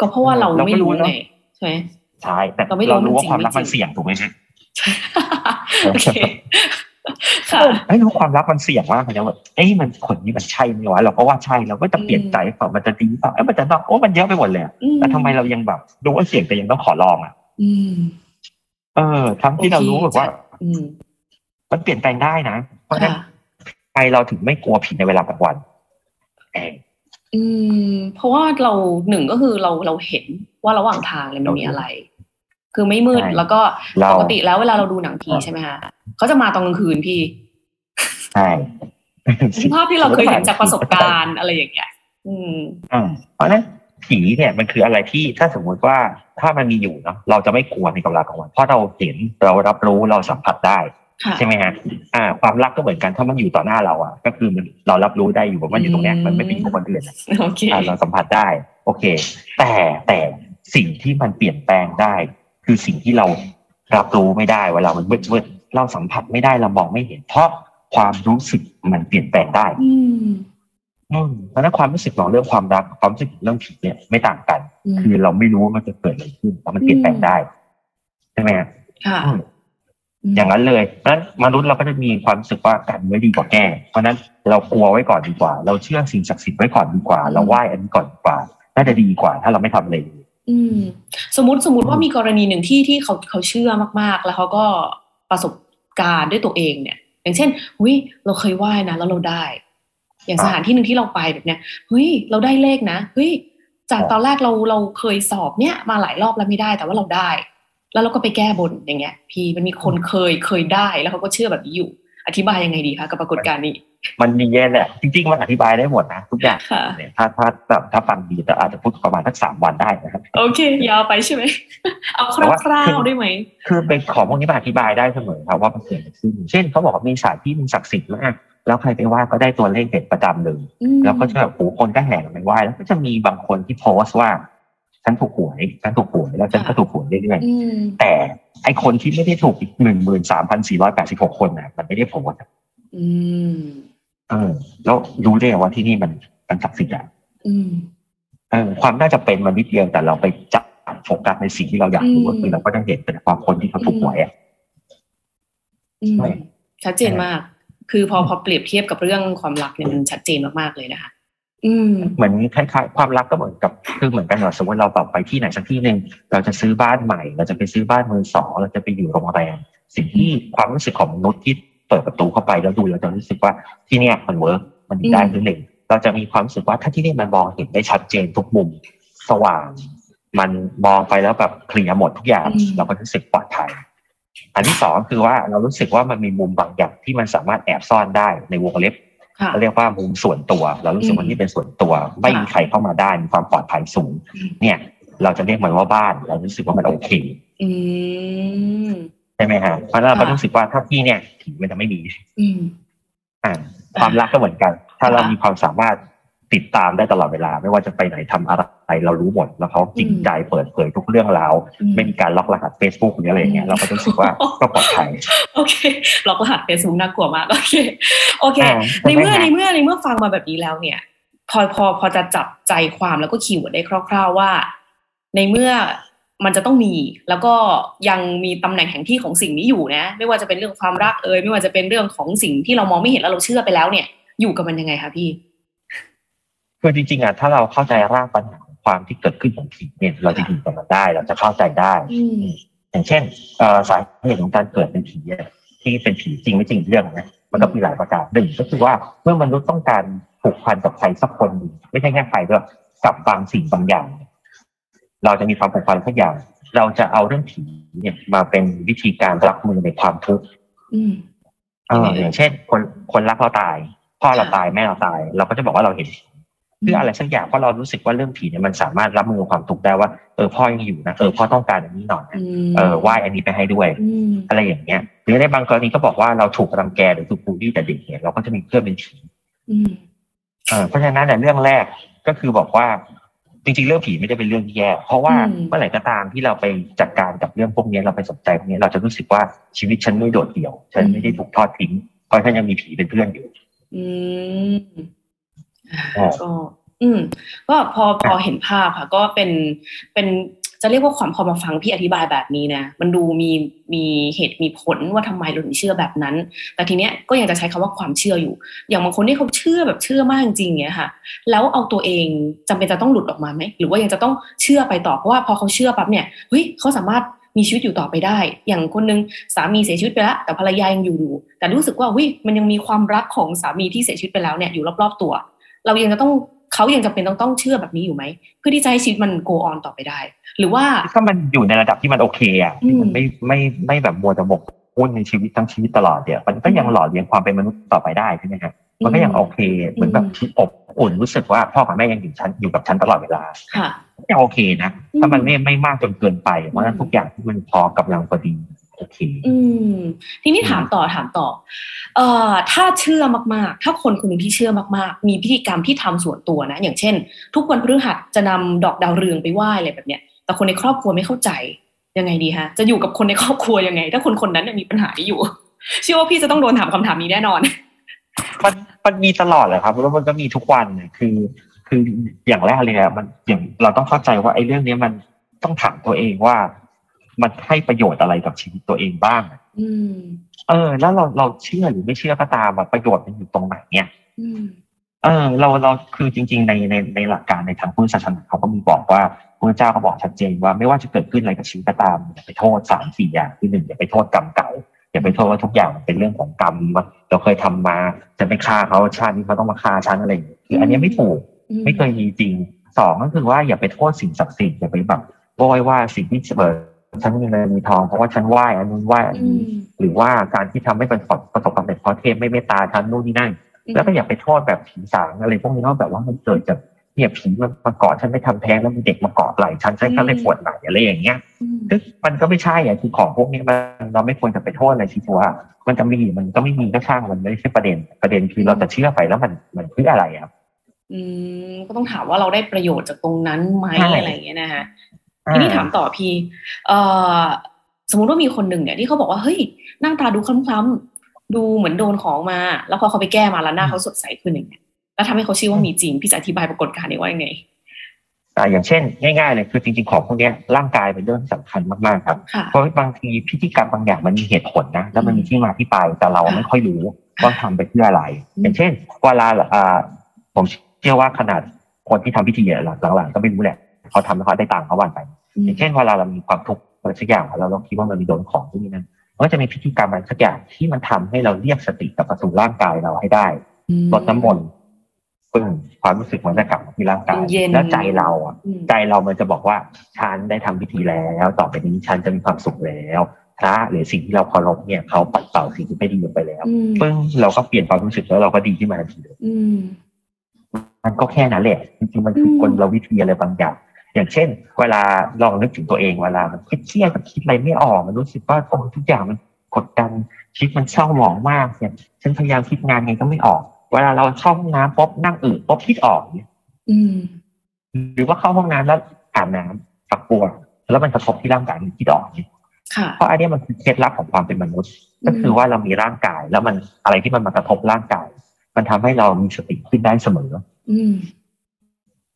[SPEAKER 2] ก็เพราะว่าเรา
[SPEAKER 3] เรา
[SPEAKER 2] ไม่
[SPEAKER 3] ก็รู้
[SPEAKER 2] รู้
[SPEAKER 3] เนอะ
[SPEAKER 2] ไงใช่ไหม
[SPEAKER 3] ใช่แต่
[SPEAKER 2] เราไม่รู้
[SPEAKER 3] เรารู้ว่า
[SPEAKER 2] จริง
[SPEAKER 3] ความรัก
[SPEAKER 2] ไม่จริง
[SPEAKER 3] มันเสี่ยงถูกไหมฮะ
[SPEAKER 2] โอเคค่ะ
[SPEAKER 3] ไอ้ยรู้ความรักมันเสี่ยงมากเลยนะแบบเอ้ยมันคนนี้มันใช่ไหมวะเราก็ว่าใช่เราก็จะเปลี่ยนใจเปล่ามันจะดีเปล่าเอ้ยมันจะนอกโอ้มันเยอะไปหมดเลยอะ
[SPEAKER 2] อื
[SPEAKER 3] แต่ทำไมเรายังแบบดูว่าเสี่ยงแต่ยังต้องขอลองอ่ะ
[SPEAKER 2] อืม
[SPEAKER 3] เออทั้งที่เรารู้
[SPEAKER 2] โอเค
[SPEAKER 3] แบบว่า
[SPEAKER 2] อืม
[SPEAKER 3] มันเปลี่ยนแปลงได้นะเพราะฉะนั้
[SPEAKER 2] ค่ะ
[SPEAKER 3] นไอเราถึงไม่กลัวผิดในเวลากลางวันเออ
[SPEAKER 2] อืม เพราะว่าเราหนึ่งก็คือเราเราเห็นว่าระหว่างทางเนี่ยมันมีอะไร คือไม่มืด
[SPEAKER 3] ใช่
[SPEAKER 2] แล้วก็
[SPEAKER 3] เรา
[SPEAKER 2] ปกติแล้วเวลาเราดูหนังผี
[SPEAKER 3] ครับ
[SPEAKER 2] ใช่ไหมคะเขาจะมาตอนกลางคืนพี่
[SPEAKER 3] ใช่
[SPEAKER 2] เป็นภาพที่เราเคยเห็นจากประสบการ ณ์อะไรอย่างเงี้ยอืม
[SPEAKER 3] อ่าเพราะฉะนั้นผีเนี่ยมันคืออะไรที่ถ้าสมมติว่าถ้ามันมีอยู่เนาะเราจะไม่กลัวในเวลากลางวันเพราะเราเห็นเรารับรู้เราสัมผัสได้
[SPEAKER 2] ค่ะ
[SPEAKER 3] ใช่ไหมฮะ อ่า ความรักก็เหมือนกัน ถ้ามันอยู่ต่อหน้าเราอ่ะ ก็คือมันเรารับรู้ได้อยู่ว่ามันอยู่ตรงเนี้ยมันไม่เป็นของคนอื่นอะ
[SPEAKER 2] โอเค
[SPEAKER 3] อ่าเราสัมผัสได้ โอเค แต่แต่สิ่งที่มันเปลี่ยนแปลงได้ คือสิ่งที่เรารับรู้ไม่ได้เวลามันมืดมืดๆเราสัมผัสไม่ได้เรามองไม่เห็น เพราะความรู้สึกมันเปลี่ยนแปลงได้
[SPEAKER 2] อืม
[SPEAKER 3] อืมเพราะฉะนั้นความรู้สึกของเรื่องความรักความรู้สึกเรื่องผีเนี่ยไม่ต่างกัน
[SPEAKER 2] อืม
[SPEAKER 3] คือเราไม่รู้ว่ามันจะเกิดอะไรขึ้นแล้วมันเปลี่ยนแปลงได้ใช่ไหมฮะ
[SPEAKER 2] ค่ะ
[SPEAKER 3] อืม อย่างนั้นเลยเพราะฉะนั้นมนุษย์เราก็จะมีความรู้สึกว่ากันไว้ดีกว่าแก้ เพราะฉะนั้นเรากลัวไว้ก่อนดีกว่า เราเชื่อสิ่งศักดิ์สิทธิ์ไว้ก่อนดีกว่า เราไหว้อันนี้ก่อนดีกว่า น่าจะดีกว่า ถ้าเราไม่ทำอะไรเลย
[SPEAKER 2] อืม สมมติสมมติว่ามีกรณีหนึ่งที่ที่เขาเขาเชื่อมากๆ แล้วเขาก็ประสบการณ์ด้วยตัวเองเนี่ย อย่างเช่นหุยเราเคยไหว้นะแล้วเราได้ อย่าง
[SPEAKER 3] ครั
[SPEAKER 2] ส
[SPEAKER 3] บ
[SPEAKER 2] ถานที่หนึ่งที่เราไปแบบเนี้ยเฮ้ยเราได้เลขนะเฮ้ยจาก
[SPEAKER 3] ครับ
[SPEAKER 2] ตอนแรกเราเราเคยสอบเนี้ยมาหลายรอบแล้วไม่ได้แต่ว่าเราได้ แล้วเราก็ไปแก้บนอย่างเงี้ย พี่มันมีคนเคยเคยได้แล้วเขาก็เชื่อแบบนี้อยู่ อธิบายยังไงดีคะกับปรากฏการณ์นี้
[SPEAKER 3] มันมีแย่แหละ จริงๆ มันอธิบายได้หมดนะทุกอย่าง
[SPEAKER 2] ค่ะ
[SPEAKER 3] เนี่ยถ้าถ้าถ้าถ้าฟังดีแต่อาจจะพูดประมาณสักสามวันได้นะครับ
[SPEAKER 2] โอเค ยาวไปใช่ไหม เอาค
[SPEAKER 3] แต่ว่า
[SPEAKER 2] ร่าวๆได้ไหม
[SPEAKER 3] คือเป็นของพวกนี้มันอธิบายได้เสมอครับว่ามันเกิดอะไรขึ้นเช่นเขาบอกว่ามีสถารที่มันศักดิ์สิทธิ์มากแล้วใครไปไหว้ก็ได้ตัวเลขเด็ดประจำหนึ่ง แล้วก็จะแบบโอ้โหคนก็แห่กันไปไหว้แล้วก็จะมีบางคนที่โพสต์ว่า ฉันถูกหวยฉันถูกหวยแล้วฉันก็ถูกหวยเรื่อย
[SPEAKER 2] อืม
[SPEAKER 3] ๆแต่ไอคนที่ไม่ได้ถูกอีกหนึ่งหมื่นสามพันสี่ร้อยแปดสิบหกคนน่ะมันไม่ได้โพสต์อะ
[SPEAKER 2] อืม
[SPEAKER 3] เออ แล้วรู้ได้ไงว่าที่นี่มันมันศักดิ์สิทธิ์อ่ะ
[SPEAKER 2] อืม
[SPEAKER 3] เออความน่าจะเป็นมันนิดเดียวแต่เราไปจับโฟกัสในสิ่งที่เราอยากรู้
[SPEAKER 2] อืม
[SPEAKER 3] ก็คือเราก็จะเห็นเป็นความคนที่เขาถูกหวยอ่ะ
[SPEAKER 2] อืม
[SPEAKER 3] ใช่
[SPEAKER 2] ชัดเจนมาก คือพอพอเปรียบเทียบกับเรื่องความรักเนี่ยมันชัดเจนมากๆเลยนะคะ อืม
[SPEAKER 3] เหมือนคล้ายๆความรักก็เหมือนกับคือเหมือนกันเหรอสมมติเราแบบไปที่ไหนสักที่หนึ่งเราจะซื้อบ้านใหม่ เราจะไปซื้อบ้านมือสองเราจะไปอยู่โรงแรมสิ่งที่ความรู้สึกของมนุษย์ที่เปิดประตูเข้าไปแล้วดูเราจะรู้สึกว่าที่เนี่ยมันเวิร์กมันดีได้
[SPEAKER 2] อืม
[SPEAKER 3] หรือหนึ่งเราจะมีความรู้สึกว่าถ้าที่นี่มันมองเห็นได้ชัดเจนทุกมุมสว่าง มันมองไปแล้วแบบเคลียร์หมดทุกอย่าง
[SPEAKER 2] อืม
[SPEAKER 3] เราก็รู้สึกปลอดภัย อันที่สองคือว่าเรารู้สึกว่ามันมีมุมบางอย่างที่มันสามารถแอบซ่อนได้ในวงเล็บ
[SPEAKER 2] ค่ะ
[SPEAKER 3] เขาเรียกว่ามุมส่วนตัว เรารู้สึกว่า
[SPEAKER 2] อืม
[SPEAKER 3] นี่เป็นส่วนตัว ไม่มี
[SPEAKER 2] ค่ะ
[SPEAKER 3] ใครเข้ามาได้มีความปลอดภัยสูง เนี่ย เราจะเรียกมันว่าบ้าน เรารู้สึกว่ามันโอเค
[SPEAKER 2] อืม
[SPEAKER 3] ใช่ไหมฮะเพราะฉะนั้นเราก็
[SPEAKER 2] ค่ะ
[SPEAKER 3] รู้สึกว่าถ้าที่เนี่ยผีมันจะไม่มี
[SPEAKER 2] อืม
[SPEAKER 3] อ่าความรักก็เหมือนกัน ถ้าเรา
[SPEAKER 2] ค่ะ
[SPEAKER 3] มีความสามารถติดตามได้ตลอดเวลา ไม่ว่าจะไปไหนทำอะไรเรารู้หมดแล้วเขาจริงใจเปิดเผยทุกเรื่องราว
[SPEAKER 2] อืม
[SPEAKER 3] ไม่มีการล็อกรหัส Facebook หรืออะไรอย่างเงี้ยเราก็รู้สึก ว่าก็ปลอดภัย
[SPEAKER 2] โอเค หลอกรหัสเฟซบุ๊กน่ากลัวมาก โอเค โอเค
[SPEAKER 3] อ่า
[SPEAKER 2] ในเมื่อ
[SPEAKER 3] ช่ไห
[SPEAKER 2] ใน
[SPEAKER 3] ฮะ
[SPEAKER 2] เมื่อในเมื่อฟังมาแบบนี้แล้วเนี่ย พอพอพอจะจับใจความแล้วก็คีย์เวิร์ดได้คร่าว ๆว่า ในเมื่อมันจะต้องมี แล้วก็ยังมีตำแหน่งแห่งที่ของสิ่งนี้อยู่นะ ไม่ว่าจะเป็นเรื่องความรักเอ่ยไม่ว่าจะเป็นเรื่องของสิ่งที่เรามองไม่เห็นแล้วเราเชื่อไปแล้วเนี่ย อยู่กับมันยังไงคะพี่
[SPEAKER 3] คือจริงๆอ่ะถ้าเราเข้าใจรากปัญหาของความที่เกิดขึ้นของผีเนี่ยเราจะอยู่กับมันได้ เราจะเข้าใจได้
[SPEAKER 2] อืม
[SPEAKER 3] อย่างเช่นเอ่อสาเหตุของการเกิดเป็นผีอะที่เป็นผีจริงไม่จริงเรื่องนะมันก็มีหลายประการหนึ่งก็คือว่าเมื่อมนุษย์ต้องการผูกพันกับใครสักคนหนึ่งไม่ใช่แค่ใครด้วยกับบางสิ่งบางอย่าง เราจะมีความผูกพันสักอย่าง เราจะเอาเรื่องผีเนี่ยมาเป็นวิธีการรับมือในความทุกข์
[SPEAKER 2] อืม
[SPEAKER 3] เอออย่างเช่น คนคนรักเราตาย พ่อเรา
[SPEAKER 2] ค่ะ
[SPEAKER 3] ตายแม่เราตาย เราก็จะบอกว่าเราเห็นเพื่ออะไรสักอย่างเพราะเรารู้สึกว่าเรื่องผีเนี่ยมันสามารถรับมือกับความทุกข์ได้ว่าเออพ่อยังอยู่นะเออพ่อต้องการอันนี้หน่อยนะ
[SPEAKER 2] อืม
[SPEAKER 3] เออไหว้อันนี้ไปให้ด้วย
[SPEAKER 2] อืม
[SPEAKER 3] อะไรอย่างเงี้ยหรือในบางกรณีก็บอกว่าเราถูกรังแกหรือถูกบูลลี่แต่เด็กเนี่ยเราก็จะมีเพื่อนเป็นผี
[SPEAKER 2] อืม
[SPEAKER 3] เออเพราะฉะนั้นเนี่ยเรื่องแรกก็คือบอกว่า จริงๆ เรื่องผีไม่ได้เป็นเรื่องที่แย่ เพราะว่าเมื่อไหร่ก็ตามที่เราไปจัดการกับเรื่องพวกเนี้ยเราไปสนใจพวกเนี้ยเราจะรู้สึกว่าชีวิตฉันไม่โดดเดี่ยว ฉันไม่ได้ถูกทอดทิ้งเพราะฉันยังมีผีเป็นเพื่อนอยู่
[SPEAKER 2] อืมอ่าก็ อืมก็พอพอเห็นภาพค่ะก็เป็นเป็นจะเรียกว่าความพอมาฟังพี่อธิบายแบบนี้นะมันดูมีมีเหตุมีผลว่าทำไมเราถึงเชื่อแบบนั้น แต่ทีเนี้ยก็ยังจะใช้คำว่าความเชื่ออยู่ อย่างบางคนที่เขาเชื่อแบบเชื่อมากจริงๆเนี้ยค่ะ แล้วเอาตัวเองจำเป็นจะต้องหลุดออกมาไหมหรือว่ายังจะต้องเชื่อไปต่อเพราะว่าพอเขาเชื่อปั๊บเนี่ยเฮ้ยเขาสามารถมีชีวิตอยู่ต่อไปได้ อย่างคนนึงสามีเสียชีวิตไปแล้วแต่ภรรยายังอยู่ แต่รู้สึกว่าวิมันยังมีความรักของสามีที่เสียชีวิตไปแล้วเนี่ยอยู่รอบๆตัว เรายังจะต้องเขายังจำเป็นต้องต้องเชื่อแบบนี้อยู่ไหมเพื่อที่จะให้ชีวิตมัน go on ต่อไปได้ หรือว่า
[SPEAKER 3] ถ้ามันอยู่ในระดับที่มันโอเคอ่ะ
[SPEAKER 2] อืม
[SPEAKER 3] ที่มันไม่ไม่ไม่แบบมัวจะหมกมุ่นในชีวิตทั้งชีวิตตลอดเนี่ยมันก็ยัง
[SPEAKER 2] อืม
[SPEAKER 3] หล่อเลี้ยงความเป็นมนุษย์ต่อไปได้ใช่ไหมครับมันก็ยังโอเค เหมือนแบบที่อบอุ่นรู้สึกว่าพ่อกับแม่ยังอยู่ชั้นอยู่กับฉันตลอดเวลา
[SPEAKER 2] ค่ะ
[SPEAKER 3] ก็ยังโอเคนะ
[SPEAKER 2] อืม
[SPEAKER 3] ถ้ามันไม่ไม่มากจนเกินไปเพราะฉะนั้นทุกอย่างที่มันพอกำลังพอดีโอเค
[SPEAKER 2] อืม ทีนี้ถามต่อถามต่อ เอ่อ ถ้าเชื่อมากๆ ถ้าคนคนหนึงที่เชื่อมากๆ มีพิธีกรรมที่ทำส่วนตัวนะ อย่างเช่น ทุกวันพฤหัสจะนำดอกดาวเรืองไปไหว้อะไรแบบเนี้ย แต่คนในครอบครัวไม่เข้าใจยังไงดีฮะ จะอยู่กับคนในครอบครัวยังไง ถ้าคนคนนั้นนะมีปัญหานี้อยู่ เชื่อว่าพี่จะต้องโดนถามคำถามนี้แน่นอน
[SPEAKER 3] มันมันมีตลอดแหละครับแล้วมันก็มีทุกวันเนี่ยคือ คืออย่างแรกเลยอะมันอย่างเราต้องเข้าใจว่าไอ้เรื่องเนี้ยมันต้องถามตัวเองว่า มันให้ประโยชน์อะไรกับชีวิตตัวเองบ้าง
[SPEAKER 2] อืม
[SPEAKER 3] เออ แล้วเราเราเชื่อหรือไม่เชื่อก็ตามอะประโยชน์มันอยู่ตรงไหนเนี่ย
[SPEAKER 2] อืม
[SPEAKER 3] เออเราเราคือจริง ๆ ในในในหลักการในทางพุทธศาสนาเขาก็มีบอกว่าพระเจ้าก็บอกชัดเจนว่าไม่ว่าจะเกิดขึ้นอะไรกับชีวิตก็ตามอย่าไปโทษสามสี่อย่างที่หนึ่งอย่าไปโทษกรรมเก่าอย่าไปโทษว่าทุกอย่างมันเป็นเรื่องของกรรมว่าเราเคยทำมาจะไปฆ่าเขาชาตินี้เขาต้องมาฆ่าฉันอะไรอย่างเงี้ยคืออันเนี้ยไม่ถูก
[SPEAKER 2] อื
[SPEAKER 3] ไม่เคยมีจริงสองก็คือว่าอย่าไปโทษสิ่งศักดิ์สิทธิ์อย่าไปแบบโวยว่าสิ่งที่เปิดฉันมีเงินมีทองเพราะว่าฉันไหว้อันนู้นไหว้อัน
[SPEAKER 2] อื
[SPEAKER 3] นี้
[SPEAKER 2] ม
[SPEAKER 3] หรือว่าการที่ทำให้เป็นประสบความสำเร็จเพราะเทพไม่เมตตาฉันนู่นนี่นั่น แล้วก็อย่าไปโทษแบบผีสางอะไรพวกนี้เนาะแบบว่ามันเกิดจากเนี่ยผีมันมาเกาะฉันไม่ทำแท้งแล้วมีเด็กมาเกาะไหล่ฉันฉันก็เลยปวดไหล่อะไรอย่างเงี้ย
[SPEAKER 2] อืม
[SPEAKER 3] ซึ่งมันก็ไม่ใช่อ่ะคือของพวกนี้มันเราไม่ควรจะไปโทษอะไรชีวิตว่ามันจะมีมันก็ไม่มีก็ช่างมันไม่ใช่ประเด็น ประเด็นคือเราจะเชื่อไปแล้วมันมันคืออะไรอ่ะ
[SPEAKER 2] อืมก็ต้องถามว่าเราได้ประโยชน์จากตรงนั้นไหม
[SPEAKER 3] ใช่
[SPEAKER 2] อะไรอย่างเงี้ยนะฮะทีนี้ถามต่อพี่เอ่อสมมุติว่ามีคนหนึ่งเนี่ยที่เขาบอกว่าเฮ้ยหน้าตาดูคล้ำๆดูเหมือนโดนของมา แล้วพอเขาไปแก้มาแล้วหน้าเขาสดใสขึ้นอย่างเงี้ยแล้วทำให้เขาเชื่อว่ามีจริงพี่จะอธิบายปรากฏการณ์นี้ว่ายังไง
[SPEAKER 3] อ่าอย่างเช่น ง่ายๆเลยคือจริงๆของพวกเนี้ยร่างกายเป็นเรื่องที่สำคัญมากๆครับ
[SPEAKER 2] ค่ะ
[SPEAKER 3] เพราะบางทีพิธีกรรมบางอย่างมันมีเหตุผลนะแล้วมันมีที่มาที่ไปแต่เราไม่ค่อยรู้ว่าทำไปเพื่ออะไร
[SPEAKER 2] อืม
[SPEAKER 3] อย่างเช่นเวลาอ่าผมเชื่อว่าขนาดคนที่ทำพิธีอะหลังๆก็ไม่รู้แหละเขาทำแล้วเขาได้ตังค์เขาวันไป
[SPEAKER 2] อืม
[SPEAKER 3] อย่างเช่นเวลาเรามีความทุกข์อะไรสักอย่างเราลองคิดว่ามันมีโดนของที่นี่นั่นมันก็จะมีพิธีกรรมอะไรสักอย่างที่มันทำให้เราเรียกสติกลับมาสู่ร่างกายเราให้ได้ ลดน้ำมนต์ปึ้งความรู้สึกมันจะกลับมาที่ร่างกาย
[SPEAKER 2] เย็น
[SPEAKER 3] แล้วใจเราอ่ะ
[SPEAKER 2] อืม
[SPEAKER 3] ใจเรามันจะบอกว่าฉันได้ทำพิธีแล้วต่อไปนี้ฉันจะมีความสุขแล้วพระหรือสิ่งที่เราเคารพเนี่ยเขาปัดเป่าสิ่งที่ไม่ดีออกไปแล้ว
[SPEAKER 2] อืม
[SPEAKER 3] ปึ้งเราก็เปลี่ยนความรู้สึกแล้วเราก็ดีขึ้นมาทันทีเลย
[SPEAKER 2] อืม
[SPEAKER 3] มันก็แค่นั้นแหละจริงๆมันคือ
[SPEAKER 2] ม
[SPEAKER 3] กลวิธีอะไรบางอย่าง อย่างเช่น เวลาลองนึกถึงตัวเองเวลามันเครียดๆมันคิดอะไรไม่ออกมันรู้สึกว่าโอ้ทุกอย่างมันกดดันชีวิตมันเศร้าหมองมากเนี่ยฉันพยายามคิดงานไงก็ไม่ออก เวลาเราเข้าห้องน้ำปุ๊บนั่งอืดปุ๊บคิดออกเนี่ย
[SPEAKER 2] อืม
[SPEAKER 3] หรือว่าเข้าห้องน้ำแล้วอาบน้ำฝักบัว แล้วมันกระทบที่ร่างกายมันที่ดอกเนี่ย
[SPEAKER 2] ค่ะ
[SPEAKER 3] เพราะอันเนี้ยมันคือเคล็ดลับของความเป็นมนุษย์ ก็คือว่าเรามีร่างกายแล้วมันอะไรที่มันมากระทบร่างกาย มันทำให้เรามีสติขึ้นได้เสมอ
[SPEAKER 2] อืม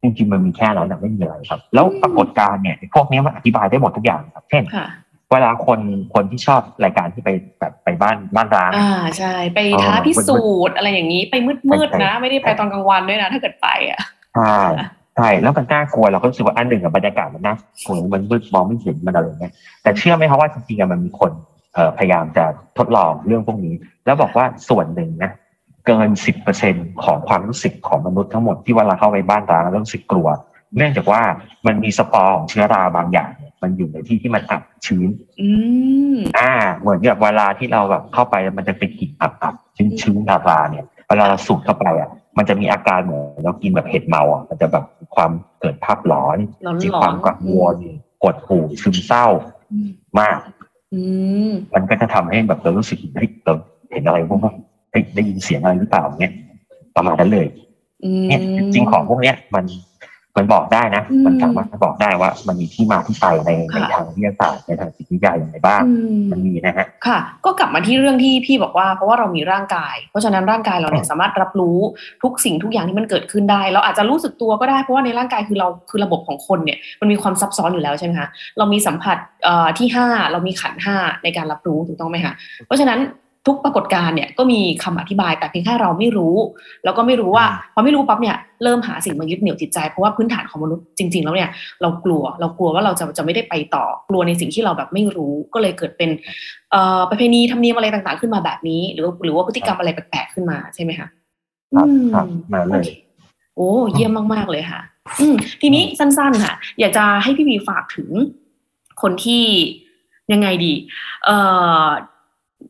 [SPEAKER 3] จริงๆมันมีแค่นั้นนะไม่มีอะไรครับ แล้วปรากฏการณ์เนี่ยพวกเนี้ยมันอธิบายได้หมดทุกอย่างครับเช่น
[SPEAKER 2] ค่ะ
[SPEAKER 3] เวลาคนคนที่ชอบรายการที่ไปแบบไปบ้านบ้านร้าง
[SPEAKER 2] อ่าใช่ไป
[SPEAKER 3] อ๋อ
[SPEAKER 2] ท้าพิสูจน์อะไรอย่างนี้ไปมืดๆ
[SPEAKER 3] ไปไป
[SPEAKER 2] นะ ไม่ได้ไปตอนกลางวันด้วยนะถ้าเกิดไปอ่ะ
[SPEAKER 3] ใช่ใช่แล้วมันน่ากลัวเราก็รู้สึกว่าอันหนึ่งกับบรรยากาศมันน่ากลัวมันมืดมองไม่เห็นมันอะไรอย่างเงี้ยแต่เชื่อไหมครับว่าจริงๆอะมันมีคนเอ่อพยายามจะทดลองเรื่องพวกนี้ แล้วบอกว่าส่วนหนึ่งนะเกินสิบเปอร์เซ็นของความรู้สึกของมนุษย์ทั้งหมดที่เวลาเข้าไปบ้านร้างแล้วรู้สึกกลัว เนื่องจากว่ามันมีสปอร์ของเชื้อราบางอย่างเนี่ยมันอยู่ในที่ที่มันอับชื้น
[SPEAKER 2] อืม
[SPEAKER 3] อ่า เหมือนกับเวลาที่เราแบบเข้าไปมันจะเป็นกลิ่นอับอับชื้นชื้นๆอาราเนี่ยเวลาเราสูดเข้าไปอ่ะ มันจะมีอาการเหมือนเรากินแบบเห็ดเมาอ่ะมันจะแบบความเกิดภาพหลอน
[SPEAKER 2] ร้อน
[SPEAKER 3] มี
[SPEAKER 2] ๆ
[SPEAKER 3] ความกังวลกดหู่ซึมเศร้า
[SPEAKER 2] อืม
[SPEAKER 3] มาก
[SPEAKER 2] อืม
[SPEAKER 3] มันก็จะทำให้แบบเรารู้สึกเฮ้ยเราเห็นอะไรพวกว่าเฮ้ยได้ยินเสียงอะไรหรือเปล่าเนี่ยประมาณนั้นเลย
[SPEAKER 2] อืม
[SPEAKER 3] เนี่ยจริงๆของพวกเนี้ยมัน มันบอกได้นะ
[SPEAKER 2] อืม
[SPEAKER 3] มันสามารถบอกได้ว่ามันมีที่มาที่ไปใน
[SPEAKER 2] ค่ะ
[SPEAKER 3] ในทางวิทยาศาสตร์ในทางจิตวิทยาอย่างไรบ้าง
[SPEAKER 2] อืม
[SPEAKER 3] มันมีนะฮะ
[SPEAKER 2] ค่ะ ก็กลับมาที่เรื่องที่พี่บอกว่า เพราะว่าเรามีร่างกาย เพราะฉะนั้นร่างกายเราเนี่ยสามารถรับรู้ทุกสิ่งทุกอย่างที่มันเกิดขึ้นได้ เราอาจจะรู้สึกตัวก็ได้เพราะว่าในร่างกายคือเราคือระบบของคนเนี่ยมันมีความซับซ้อนอยู่แล้วใช่ไหมคะเรามีสัมผัสเอ่อที่ห้าเรามีขันธ์ห้าในการรับรู้ถูกต้องไหมคะเพราะฉะนั้นทุกปรากฏการณ์เนี่ยก็มีคำอธิบายแต่เพียงแค่เราไม่รู้ แล้วก็ไม่รู้ว่าพอไม่รู้ปั๊บเนี่ยเริ่มหาสิ่งมายึดเหนี่ยวจิตใจเพราะว่าพื้นฐานของมนุษย์จริงๆแล้วเนี่ย เรากลัวเรากลัวว่าเราจะจะไม่ได้ไปต่อกลัวในสิ่งที่เราแบบไม่รู้ก็เลยเกิดเป็นเอ่อประเพณีธรรมเนียมอะไรต่างๆขึ้นมาแบบนี้ หรือว่าหรือว่าพฤติกรรมอะไรแปลกๆขึ้นมาใช่ไหมคะ
[SPEAKER 3] ครับ
[SPEAKER 2] อื
[SPEAKER 3] ครับมาเลย
[SPEAKER 2] โอคโอ้เยี่ยมมากๆเลยค่ะ อืมทีนี้สั้นๆค่ะ อยากจะให้พี่วีฝากถึงคนที่ยังไงดีเอ่อ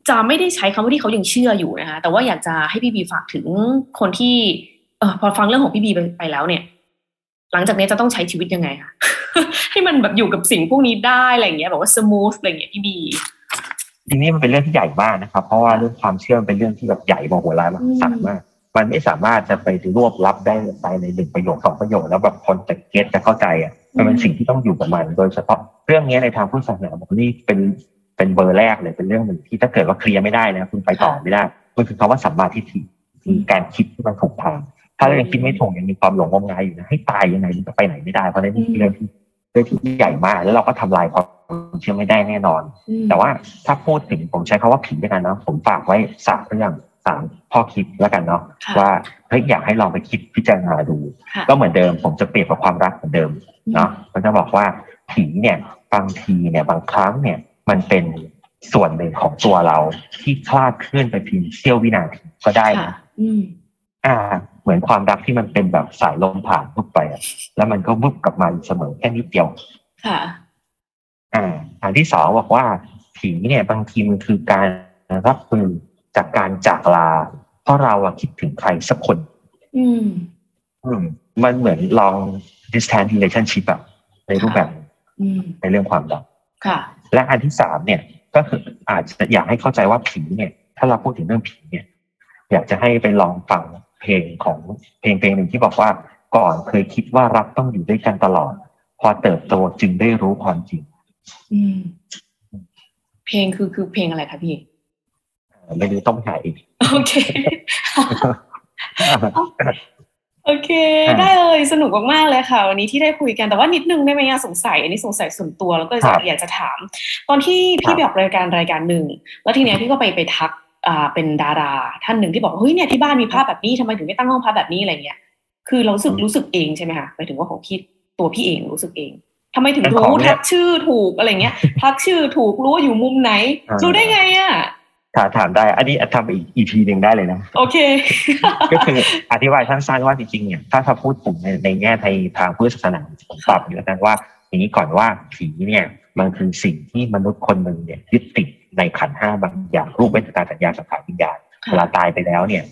[SPEAKER 2] จะไม่ได้ใช้คำว่าที่เขายังเชื่ออยู่นะคะ แต่ว่าอยากจะให้พี่บีฝากถึงคนที่ เออพอฟังเรื่องของพี่บีไปไปแล้วเนี่ย หลังจากนี้จะต้องใช้ชีวิตยังไงคะ ให้มันแบบอยู่กับสิ่งพวกนี้ได้อะไรอย่างเงี้ยแบบว่าสมูทอะไรอย่างเงี้ยพี่บี
[SPEAKER 3] ทีนี้มันเป็นเรื่องที่ใหญ่มากนะครับ เพราะว่าเรื่องความเชื่อมันเป็นเรื่องที่แบบใหญ่มโหฬารมหาศาลมาก มันไม่สามารถจะไปรวบรับได้ภายในหนึ่งประโยคสองประโยคแล้วแบบคนจะเก็ตจะเข้าใจอ่ะมันเป็น
[SPEAKER 2] อืม
[SPEAKER 3] สิ่งที่ต้องอยู่กับมัน โดยเฉพาะเรื่องนี้ในทางพุทธศาสนาบอกนี่เป็นเป็นเบอร์แรกเลยเป็นเรื่องหนึ่งที่ถ้าเกิดว่าเคลียร์ไม่ได้นะคุณไปต่อไม่ได้ มันคือคำว่าสัมมาทิฏฐิคือการคิดที่มันถูกทาง ถ้าเรายังคิดไม่ถูกยังมีความหลงงมงายอยู่นะให้ตายยังไงมันก็ไปไหนไม่ได้เพราะนั่นคือเรื่องที่เรื่องที่ใหญ่มาก แล้วเราก็ทำลายความเชื่อไม่ได้แน่นอน แต่ว่าถ้าพูดถึงผมใช้คำว่าผีด้วยกันเนาะผมฝากไว้สามเรื่องสามข้อคิดแล้วกันเนาะ
[SPEAKER 2] ค่ะ
[SPEAKER 3] ว่าเฮ้ยอยากให้ลองไปคิดพิจารณาดู
[SPEAKER 2] ค่ะ
[SPEAKER 3] ก็เหมือนเดิม ผมจะเปรียบกับความรักเหมือนเดิมเนาะมันจะบอกว่าผีเนี่ยบางทีเนี่ยบางครั้งเนี่ยมันเป็นส่วนหนึ่งของตัวเราที่คลาดเคลื่อนไปเพียงเสี้ยววินาทีก็ได้
[SPEAKER 2] ค่ะ
[SPEAKER 3] นะ
[SPEAKER 2] อืม
[SPEAKER 3] อ่า เหมือนความรักที่มันเป็นแบบสายลมผ่านปุ๊บไปอะแล้วมันก็วุบกลับมาอยู่เสมอแค่นิดเดียว
[SPEAKER 2] ค่ะ
[SPEAKER 3] อ่าอันที่สองบอกว่าผีเนี่ยบางทีมันคือการรับมือจากการจากลา เพราะเราอะคิดถึงใครสักคน
[SPEAKER 2] อืม
[SPEAKER 3] อืมมันเหมือนลอง distance relationship อะในรูปแบบหนึ่ง
[SPEAKER 2] อืม
[SPEAKER 3] ในเรื่องความรัก
[SPEAKER 2] ค่ะ
[SPEAKER 3] และอันที่สามเนี่ยก็คืออาจจะอยากให้เข้าใจว่าผีเนี่ย ถ้าเราพูดถึงเรื่องผีเนี่ย อยากจะให้ไปลองฟังเพลงของเพลงเพลงหนึ่งที่บอกว่าก่อนเคยคิดว่ารักต้องอยู่ด้วยกันตลอด พอเติบโตจึงได้รู้ความจริง
[SPEAKER 2] อืม เพลงคือคือเพลงอะไรคะพี่
[SPEAKER 3] ไม่รู้ต้องไปหาเอง
[SPEAKER 2] โอ เค โอเค ได้เลยสนุกมากๆเลยค่ะ วันนี้ที่ได้คุยกันแต่ว่านิดนึงได้ไหมอะสงสัย อันนี้สงสัยส่วนตัวแล้วก็
[SPEAKER 3] ครับ
[SPEAKER 2] อยากจะถาม ตอนที่
[SPEAKER 3] ครั
[SPEAKER 2] พี่
[SPEAKER 3] บ
[SPEAKER 2] ไปออกรายการรายการหนึ่งแล้วทีเนี้ยพี่ก็ไปไปทักอ่าเป็นดารา ท่านหนึ่งที่บอกว่าเฮ้ยเนี่ยที่บ้านมีภาพแบบนี้ทำไมถึงไม่ตั้งห้องภาพแบบนี้อะไรเงี้ยคือเรารู้สึกรู้สึกเองใช่ไหมคะหมายถึงว่าของพี่ตัวพี่เองรู้สึกเองทำไมถึง
[SPEAKER 3] เป็นข
[SPEAKER 2] รู้
[SPEAKER 3] องเนี่ย
[SPEAKER 2] ทักชื่อถูกอะไรเงี้ย ทักชื่อถูกรู้ว่าอยู่มุมไหน
[SPEAKER 3] อ่ารู้
[SPEAKER 2] รู้ได้ไงอ่ะ
[SPEAKER 3] ถามถามได้ อันนี้ทำอีก EP หนึ่งได้เลยนะ
[SPEAKER 2] โอเค
[SPEAKER 3] ก็คืออธิบายสั้นๆว่าจริงๆเนี่ยถ้าถ้าพูดผมในในแง่ในทางพุทธศาสนาผมตอบอยู่แล้วกันว่า อย่างนี้ก่อนว่าผีเนี่ยมันคือสิ่งที่มนุษย์คนหนึ่งเนี่ยยึดติดในขันธ์ห้าบางอย่างรูปเวทนาสัญญาสังขารวิญญาณเวลาตายไปแล้วเนี่ย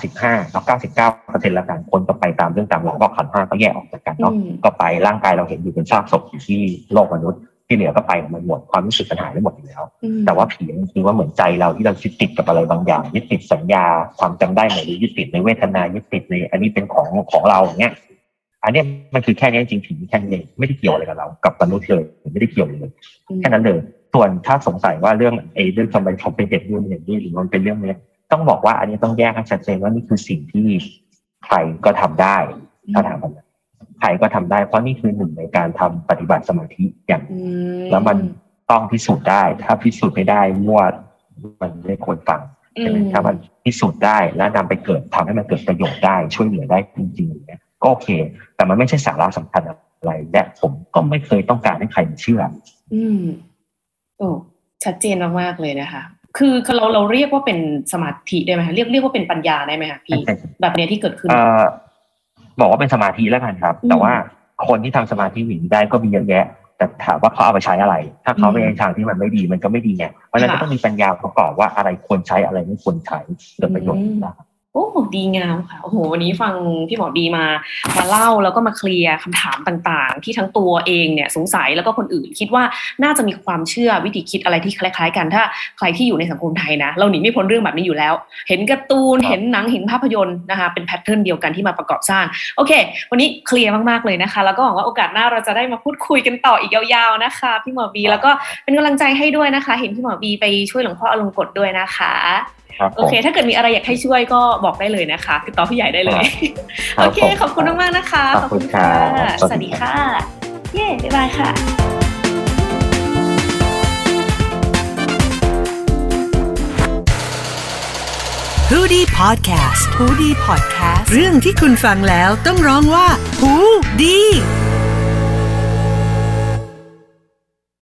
[SPEAKER 3] 95แล้ว99เปอร์เซ็นต์ละกันคนก็ไปตามเรื่องตามราวเพราะขันธ์ห้าก็แยกออกจากกันเนาะ
[SPEAKER 2] อืม
[SPEAKER 3] ก็ไปร่างกายเราเห็นอยู่เป็นซากศพอยู่ที่โลกมนุษย์ที่เหลือก็ไปของมันหมดความรู้สึกปัญหายไปหมดอยู่แล้ว
[SPEAKER 2] อืม
[SPEAKER 3] แต่ว่าผีมันคือว่าเหมือนใจเราที่เรายึดติดกับอะไรบางอย่างยึดติดสัญญาความจำได้หรือยึดติดในเวทนายึดติดในอันนี้เป็นของของเราอย่างเงี้ยอันเนี้ยมันคือแค่นี้จริงๆผีแค่นี้เองไม่ได้เกี่ยวอะไรกับเรากับมนุษย์เลยไม่ได้เกี่ยวเลยแค่นั้นเลย ส่วนถ้าสงสัยว่าเรื่องไอ้เรื่องทำไมผมเป็นเด็กรุ่นอย่างนี้หรือมันเป็นเรื่องเนี้ยต้องบอกว่าอันนี้ต้องแยกให้ชัดเจนว่านี่คือสิ่งที่ใครก็ทำได้ถ้าถามผมนะใครก็ทำได้เพราะนี่คือหนึ่งในการทำปฏิบัติสมาธิอย่าง
[SPEAKER 2] อื
[SPEAKER 3] แล้วมันต้องพิสูจน์ได้ ถ้าพิสูจน์ไม่ได้มั่วมันไม่ควรฟังใช่ไหมถ้ามันพิสูจน์ได้และนำไปเกิดทำให้มันเกิดประโยชน์ได้ช่วยเหลือได้จริงๆเนี่ยก็โอเค แต่มันไม่ใช่สาระสำคัญอะไรและผมก็ไม่เคยต้องการให้ใครมาเชื่อ
[SPEAKER 2] อืมโอ้ชัดเจนมากๆเลยนะคะ คือคือเราเราเรียกว่าเป็นสมาธิได้ไหมคะเรียกเรียกว่าเป็นปัญญาได้ไหมคะพี่ แบบเนี้ยที่เกิดขึ้น
[SPEAKER 3] เอ่อบอกว่าเป็นสมาธิแล้วกันครับ
[SPEAKER 2] อืม
[SPEAKER 3] แต่ว่าคนที่ทำสมาธิหวิงได้ก็มีเยอะแยะ แต่ถามว่าเขาเอาไปใช้อะไร ถ้าเขาไป
[SPEAKER 2] อืม
[SPEAKER 3] ในทางที่มันไม่ดีมันก็ไม่ดีไงเพราะฉะนั้น
[SPEAKER 2] ค่ะ
[SPEAKER 3] ก็ต้องมีปัญญาประกอบว่าอะไรควรใช้อะไรไม่ควรใช้เกิดประโยชน์
[SPEAKER 2] อืม
[SPEAKER 3] นะครับ
[SPEAKER 2] โอ้ดีงามค่ะโอ้โหวันนี้ฟังพี่หมอบีมามาเล่าแล้วก็มาเคลียร์คำถามต่างๆ ที่ทั้งตัวเองเนี่ยสงสัยแล้วก็คนอื่นคิดว่าน่าจะมีความเชื่อวิธีคิดอะไรที่คล้าย ๆ กันถ้าใครที่อยู่ในสังคมไทยนะ เราหนีไม่พ้นเรื่องแบบนี้อยู่แล้ว เห็นการ์ตูน
[SPEAKER 3] ครับ
[SPEAKER 2] เห็นหนังเห็นภาพยนตร์นะคะเป็นแพทเทิร์นเดียวกันที่มาประกอบสร้าง โอเค วันนี้เคลียร์มากๆเลยนะคะ แล้วก็หวังว่าโอกาสหน้าเราจะได้มาพูดคุยกันต่ออีกยาวๆนะคะ พี่หมอบีแล้วก็เป็นกำลังใจให้ด้วยนะคะ เห็นพี่หมอบีไปช่วยหลวงพ่ออลงกฎด้วยนะคะ
[SPEAKER 3] ครับ
[SPEAKER 2] โอ
[SPEAKER 3] ผม
[SPEAKER 2] เค ถ้าเกิดมีอะไรอยากให้ช่วยก็บอกได้เลยนะคะ ติดต่อพี่ใหญ่ได้เลย
[SPEAKER 3] ครั
[SPEAKER 2] โอบ เค
[SPEAKER 3] ผม
[SPEAKER 2] ขอบคุณมาก ๆ นะคะ
[SPEAKER 3] ขอบคุณครับ
[SPEAKER 2] สวัสดีค่ะ เย้ บ๊ายบายค่ะ
[SPEAKER 4] ฮูดี้พอดแคสต์ฮูดี้พอดแคสต์เรื่องที่คุณฟังแล้วต้องร้องว่าฮูดี